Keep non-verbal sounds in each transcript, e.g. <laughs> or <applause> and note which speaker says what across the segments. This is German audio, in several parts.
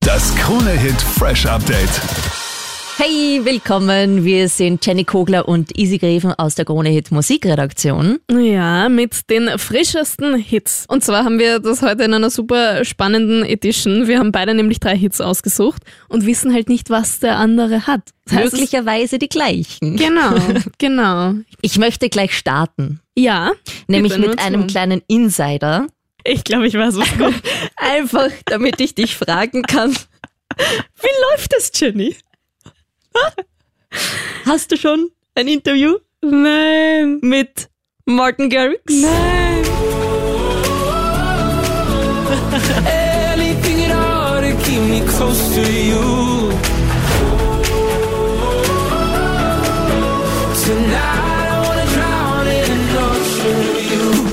Speaker 1: Das Krone-Hit Fresh Update.
Speaker 2: Hey, willkommen. Wir sind Jenny Kogler und Easy Greven aus der Krone Hit Musikredaktion.
Speaker 3: Ja, mit den frischesten Hits. Und zwar haben wir das heute in einer super spannenden Edition. Wir haben beide nämlich drei Hits ausgesucht und wissen halt nicht, was der andere hat. Das heißt, es-
Speaker 2: Möglicherweise die gleichen.
Speaker 3: Genau, <laughs> genau.
Speaker 2: Ich möchte gleich starten,
Speaker 3: Ja.
Speaker 2: nämlich
Speaker 3: bitte,
Speaker 2: mit
Speaker 3: nur
Speaker 2: einem
Speaker 3: zu.
Speaker 2: kleinen Insider.
Speaker 3: Ich glaube, ich weiß was kommt.
Speaker 2: Einfach, damit ich dich fragen kann,
Speaker 3: Wie läuft das, Jenny?
Speaker 2: hast du schon ein Interview
Speaker 3: Nein.
Speaker 2: mit Martin Garrix?
Speaker 3: Nein.
Speaker 4: anything at all to keep me close to you. Tonight I wanna drown in an ocean of you.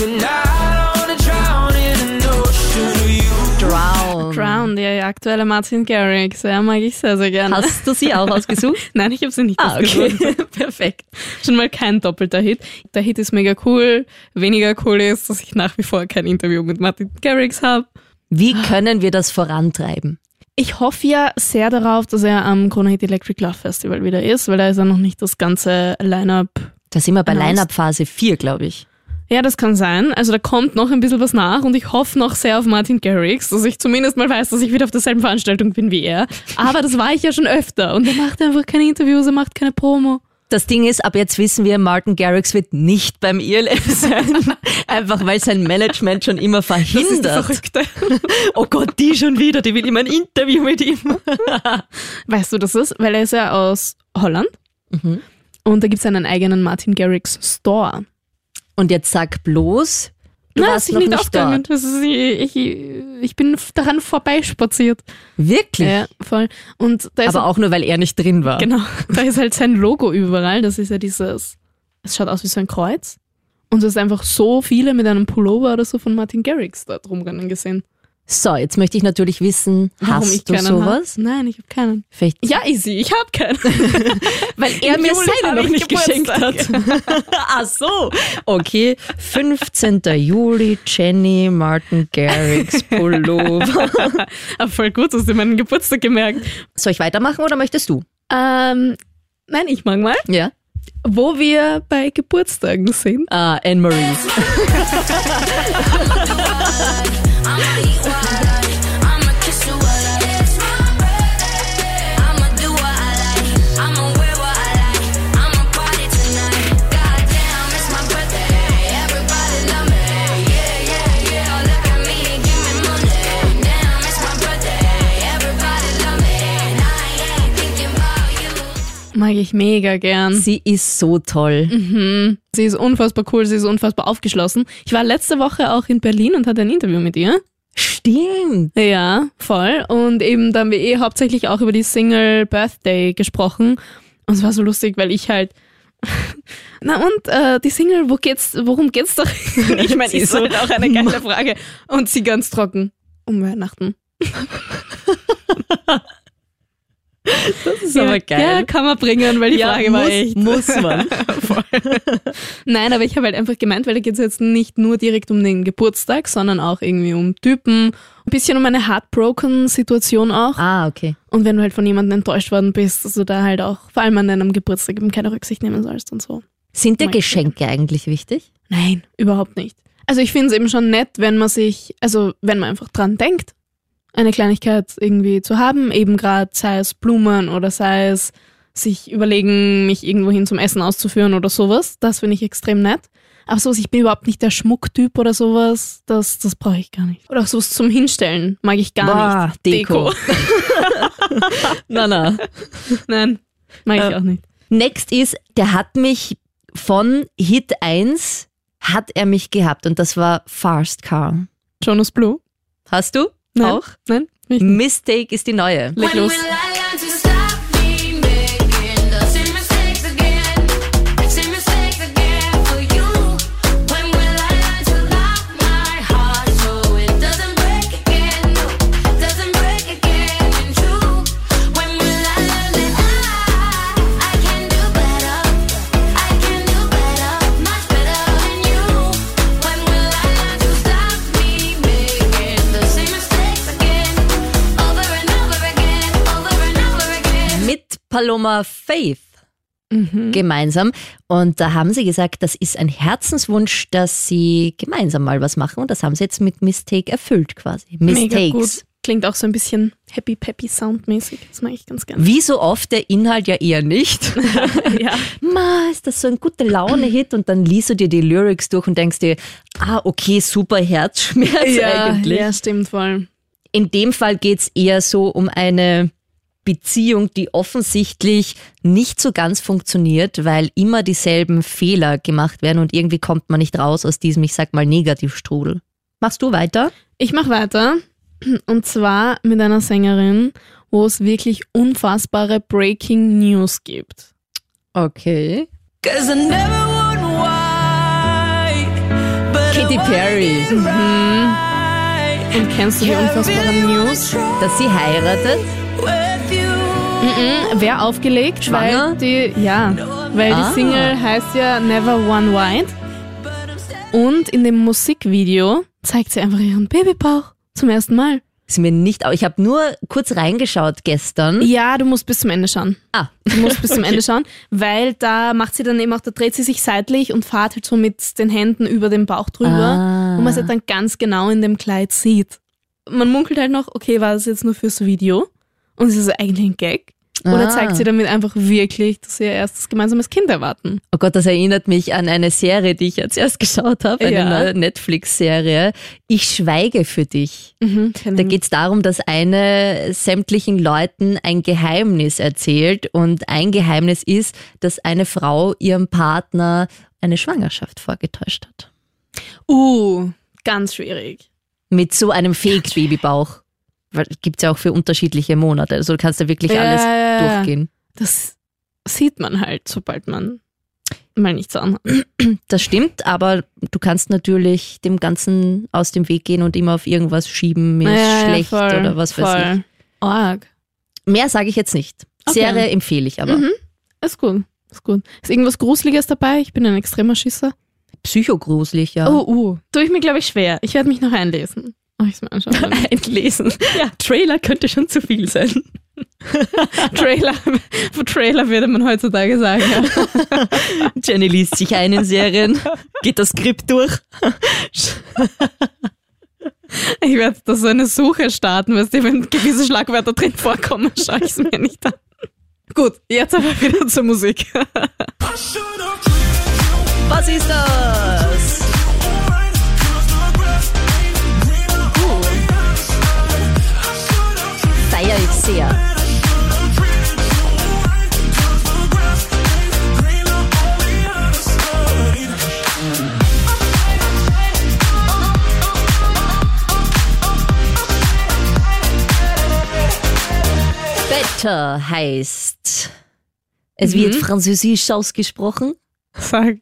Speaker 4: Tonight I wanna drown in an ocean of you.
Speaker 2: Drown.
Speaker 3: Crown, der aktuelle Martin Garrix. Ja, mag ich sehr, sehr gerne.
Speaker 2: Hast du sie auch ausgesucht?
Speaker 3: Nein, ich habe sie nicht
Speaker 2: Ah, okay.
Speaker 3: ausgesucht. <laughs> Perfekt. Schon mal kein doppelter Hit. Der Hit ist mega cool. Weniger cool ist, dass ich nach wie vor kein Interview mit Martin Garrix habe.
Speaker 2: Wie können wir das vorantreiben?
Speaker 3: Ich hoffe ja sehr darauf, dass er am Corona Hit Electric Love Festival wieder ist, weil da ist ja noch nicht das ganze Line-Up.
Speaker 2: Da sind wir bei
Speaker 3: Announced.
Speaker 2: Line-Up-Phase 4, glaube ich.
Speaker 3: Ja, das kann sein. Also da kommt noch ein bisschen was nach und ich hoffe noch sehr auf Martin Garrix, dass ich zumindest mal weiß, dass ich wieder auf derselben Veranstaltung bin wie er. Aber das war ich ja schon öfter und er macht einfach keine Interviews, er macht keine Promo.
Speaker 2: Das Ding ist, ab jetzt wissen wir, Martin Garrix wird nicht beim ILF <laughs> sein. Einfach weil sein Management schon immer
Speaker 3: Hm,
Speaker 2: verhindert.
Speaker 3: Verrückte. <laughs>
Speaker 2: Oh Gott, die schon wieder, die will immer ein Interview mit ihm.
Speaker 3: Weißt du, das ist? Weil er ist ja aus Holland. Und da gibt es einen eigenen Martin Garrix Store.
Speaker 2: Und jetzt sag bloß, du
Speaker 3: Na,
Speaker 2: warst
Speaker 3: ist
Speaker 2: noch
Speaker 3: nicht
Speaker 2: nicht
Speaker 3: aufgegangen.
Speaker 2: dort.
Speaker 3: Das ist, ich, ich bin f- daran vorbeispaziert.
Speaker 2: Wirklich?
Speaker 3: Ja, voll. Und da ist halt
Speaker 2: Aber auch nur, weil er nicht drin war.
Speaker 3: genau, <laughs> da ist halt sein Logo überall. Das ist ja dieses. Es schaut aus wie so ein Kreuz. Und es ist einfach so viele mit einem Pullover oder so von Martin Garrix da rumrennen gesehen.
Speaker 2: So, jetzt möchte ich natürlich wissen,
Speaker 3: Warum
Speaker 2: hast
Speaker 3: ich
Speaker 2: du
Speaker 3: keinen
Speaker 2: sowas?
Speaker 3: Hab. Nein, ich habe keinen.
Speaker 2: Vielleicht,
Speaker 3: Ja, easy, ich habe <laughs> keinen.
Speaker 2: weil er
Speaker 3: im
Speaker 2: mir
Speaker 3: Juli
Speaker 2: seine
Speaker 3: habe
Speaker 2: noch
Speaker 3: ich
Speaker 2: nicht geschenkt hat. Ach so. Okay, 15. Juli, Jenny, Martin
Speaker 3: <laughs>
Speaker 2: Garrix, Pullover.
Speaker 3: Aber Ah, voll gut, hast du meinen Geburtstag gemerkt.
Speaker 2: Soll ich weitermachen oder möchtest du?
Speaker 3: Ähm, nein, ich mag mal.
Speaker 2: Ja.
Speaker 3: Wo wir bei Geburtstagen sind.
Speaker 2: Ah, Anne-Marie.
Speaker 5: I'ma kiss you while I kiss my breath. I'ma do what I like. I'ma wear what I like. I'ma party tonight. Goddamn, it's my birthday. Everybody love me. Yeah, yeah, yeah. Look at me and give me money. Damn, it's my birthday. Everybody love me. And I ain't thinking about you.
Speaker 3: Mag ich mega gern.
Speaker 2: Sie ist so toll.
Speaker 3: Sie ist unfassbar cool, sie ist unfassbar aufgeschlossen. Ich war letzte Woche auch in Berlin und hatte ein Interview mit ihr.
Speaker 2: Stimmt.
Speaker 3: Ja, voll. Und eben, da haben wir eh hauptsächlich auch über die Single Birthday gesprochen. Und es war so lustig, weil ich halt. <laughs> Na und äh, die Single, wo geht's, worum geht's doch? Ich meine,
Speaker 2: Sie ist
Speaker 3: ist halt auch eine geile Frage. Und sie ganz trocken. Um Weihnachten.
Speaker 2: Das ist
Speaker 3: ja, Ja, kann man bringen, weil die
Speaker 2: Ja,
Speaker 3: Frage
Speaker 2: muss,
Speaker 3: war echt.
Speaker 2: muss
Speaker 3: <laughs>
Speaker 2: man.
Speaker 3: Nein, aber ich habe halt einfach gemeint, weil da geht es jetzt nicht nur direkt um den Geburtstag, sondern auch irgendwie um Typen, ein bisschen um eine Heartbroken-Situation auch.
Speaker 2: ah, okay.
Speaker 3: Und wenn du halt von jemandem enttäuscht worden bist, dass du da halt auch, vor allem an deinem Geburtstag, eben keine Rücksicht nehmen sollst und so.
Speaker 2: Sind dir
Speaker 3: Mein Gott.
Speaker 2: Geschenke eigentlich wichtig?
Speaker 3: Nein, überhaupt nicht. Also ich finde es eben schon nett, wenn man sich, also wenn man einfach dran denkt, eine Kleinigkeit irgendwie zu haben, eben gerade sei es Blumen oder sei es sich überlegen, mich irgendwohin zum Essen auszuführen oder sowas, das finde ich extrem nett. Aber sowas, ich bin überhaupt nicht der Schmucktyp oder sowas, das, das brauche ich gar nicht. Oder auch sowas zum Hinstellen mag ich gar
Speaker 2: Boah,
Speaker 3: nicht.
Speaker 2: Deko. <laughs> Na, na.
Speaker 3: Nein, mag ich
Speaker 2: Ähm,
Speaker 3: auch nicht.
Speaker 2: Next ist, der hat mich von Hit 1 hat er mich gehabt und das war Fast Car.
Speaker 3: Jonas Blue?
Speaker 2: Hast du?
Speaker 3: Nein.
Speaker 2: Auch?
Speaker 3: Nein? Nicht.
Speaker 2: Mistake ist die neue.
Speaker 3: Leg los.
Speaker 5: When will I learn to stop me making the same mistakes again? Same mistakes again for you. When will I learn to lock my heart so it doesn't break again? No, doesn't break again. And true. When will I learn that I I can do better? I can do better, much better than you. When will I learn to stop me
Speaker 2: Paloma Faith
Speaker 3: Mhm.
Speaker 2: gemeinsam. Und da haben sie gesagt, das ist ein Herzenswunsch, dass sie gemeinsam mal was machen. Und das haben sie jetzt mit Mistake erfüllt quasi. Mistakes.
Speaker 3: Mega gut. Klingt auch so ein bisschen happy peppy soundmäßig. Das mag ich ganz gerne.
Speaker 2: Wie so oft der Inhalt ja eher nicht.
Speaker 3: <laughs> Ja.
Speaker 2: Ma, ist das so ein gute Laune-Hit? Und dann liest du dir die Lyrics durch und denkst dir, ah, okay, super Herzschmerz eigentlich.
Speaker 3: ja, stimmt voll.
Speaker 2: In dem Fall geht's eher so um eine Beziehung, die offensichtlich nicht so ganz funktioniert, weil immer dieselben Fehler gemacht werden und irgendwie kommt man nicht raus aus diesem, ich sag mal, Negativstrudel. Machst du weiter?
Speaker 3: Ich mache weiter. Und zwar mit einer Sängerin, wo es wirklich unfassbare Breaking News gibt.
Speaker 2: Okay.
Speaker 4: Cause I never would why, but
Speaker 2: Katy
Speaker 4: I
Speaker 2: Perry.
Speaker 4: wanted it right.
Speaker 3: Und kennst du die unfassbaren News?
Speaker 2: Dass sie heiratet?
Speaker 4: With you,
Speaker 2: Mm.
Speaker 3: Mhm, Wer aufgelegt?
Speaker 2: Schwanger?
Speaker 3: Weil die, ja, weil
Speaker 2: Ah.
Speaker 3: die Single heißt ja Never One White. Und in dem Musikvideo zeigt sie einfach ihren Babybauch zum ersten Mal.
Speaker 2: Ist mir nicht, au- ich habe nur kurz reingeschaut gestern.
Speaker 3: Ja, du musst bis zum Ende schauen.
Speaker 2: Ah,
Speaker 3: Du musst
Speaker 2: <laughs>
Speaker 3: bis zum Ende schauen, weil da macht sie dann eben auch, da dreht sie sich seitlich und fahrt halt so mit den Händen über den Bauch drüber,
Speaker 2: Ah.
Speaker 3: wo man es halt dann ganz genau in dem Kleid sieht. Man munkelt halt noch, okay, war das jetzt nur fürs Video und es ist eigentlich ein Gag?
Speaker 2: Ah.
Speaker 3: Oder zeigt sie damit einfach wirklich, dass sie ihr erstes gemeinsames Kind erwarten?
Speaker 2: Oh Gott, das erinnert mich an eine Serie, die ich jetzt erst <laughs> geschaut habe, eine
Speaker 3: Ja.
Speaker 2: neue Netflix-Serie. Ich schweige für dich.
Speaker 3: Mhm,
Speaker 2: Da geht es darum, dass eine sämtlichen Leuten ein Geheimnis erzählt und ein Geheimnis ist, dass eine Frau ihrem Partner eine Schwangerschaft vorgetäuscht hat.
Speaker 3: uh, ganz schwierig.
Speaker 2: Mit so einem Fake-Babybauch. Gibt es ja auch für unterschiedliche Monate. Also du kannst da wirklich
Speaker 3: Ja,
Speaker 2: alles
Speaker 3: ja, ja.
Speaker 2: durchgehen.
Speaker 3: Das sieht man halt, sobald man mal nichts anhat.
Speaker 2: Das stimmt, aber du kannst natürlich dem Ganzen aus dem Weg gehen und immer auf irgendwas schieben, mir ist schlecht oder was weiß ich.
Speaker 3: Org.
Speaker 2: Mehr sage ich jetzt nicht.
Speaker 3: Okay.
Speaker 2: Serie empfehle ich aber.
Speaker 3: Mhm. Ist gut, ist gut. Ist irgendwas Gruseliges dabei? Ich bin ein extremer Schisser.
Speaker 2: Psychogruselig, ja.
Speaker 3: Oh, uh. Tue ich mir, glaube ich, schwer. Ich werde mich noch einlesen. Oh, ich's mir anschauen. <laughs>
Speaker 2: Einlesen. Trailer könnte schon zu viel sein.
Speaker 3: Trailer, Trailer würde man heutzutage sagen. Ja.
Speaker 2: Jenny liest sich ein in Serien, geht das Skript durch.
Speaker 3: Ich werde da so eine Suche starten, weißt du, wenn gewisse Schlagwörter drin vorkommen, schaue ich es mir nicht an. Gut, jetzt aber wieder zur Musik. <laughs>
Speaker 4: I should have treated you
Speaker 2: Was ist das?
Speaker 4: right, 'cause the rest ain't real. I should have treated
Speaker 2: Feier ich sehr. Better heißt. Es wird französisch ausgesprochen.
Speaker 3: Sag.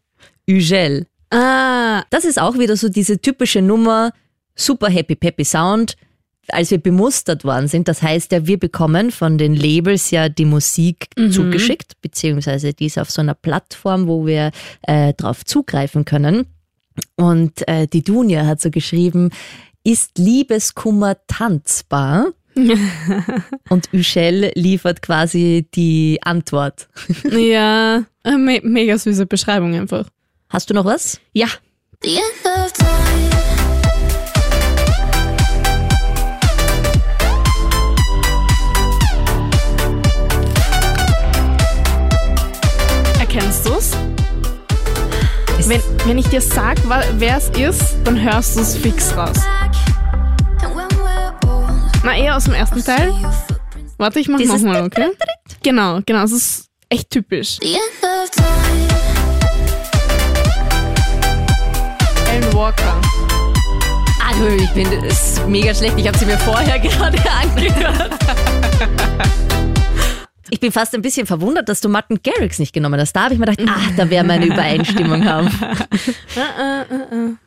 Speaker 2: Ugel.
Speaker 3: Ah,
Speaker 2: Das ist auch wieder so diese typische Nummer, super happy peppy Sound. Als wir bemustert worden sind, das heißt ja, wir bekommen von den Labels ja die Musik zugeschickt, beziehungsweise die ist auf so einer Plattform, wo wir äh, drauf zugreifen können. Und äh, die Dunja hat so geschrieben, ist Liebeskummer tanzbar? Und Michelle liefert quasi die Antwort.
Speaker 3: ja. Äh, Me mega süße Beschreibung einfach.
Speaker 2: Hast du noch was?
Speaker 3: Ja.
Speaker 5: The end of time.
Speaker 3: Erkennst du's? Wenn, wenn ich dir sag, wa- wer es ist, dann hörst du es fix raus.
Speaker 5: Back to when we're old.
Speaker 3: Na, eher aus dem ersten Teil.
Speaker 5: See your footprints.
Speaker 3: Warte, ich mach
Speaker 2: Dieses
Speaker 3: nochmal, okay? Genau, genau, es ist echt typisch.
Speaker 5: The end of time.
Speaker 3: Alan Walker.
Speaker 2: Ah, du, ich bin ist mega schlecht. Ich habe sie mir vorher <laughs> gerade angehört. Ich bin fast ein bisschen verwundert, dass du Martin Garrix nicht genommen hast. Da habe ich mir gedacht, ah, da werden wir eine Übereinstimmung <laughs> haben. Ah,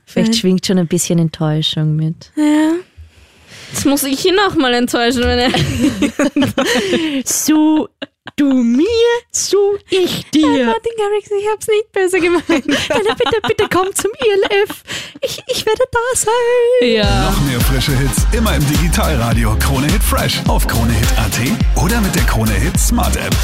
Speaker 2: Vielleicht schwingt schon ein bisschen Enttäuschung mit.
Speaker 3: Ja. <laughs> Jetzt muss ich ihn nochmal enttäuschen, wenn er.
Speaker 2: So Du mir, so ich
Speaker 3: Nein,
Speaker 2: dir.
Speaker 3: Martin Garrix, ich hab's nicht böse gemeint.
Speaker 2: Nein, Äh, bitte, bitte komm zum ILF. Ich, ich werde da sein.
Speaker 3: ja.
Speaker 1: Noch mehr frische Hits immer im Digitalradio Krone Hit Fresh auf kronehit.at oder mit der Krone Hit Smart App.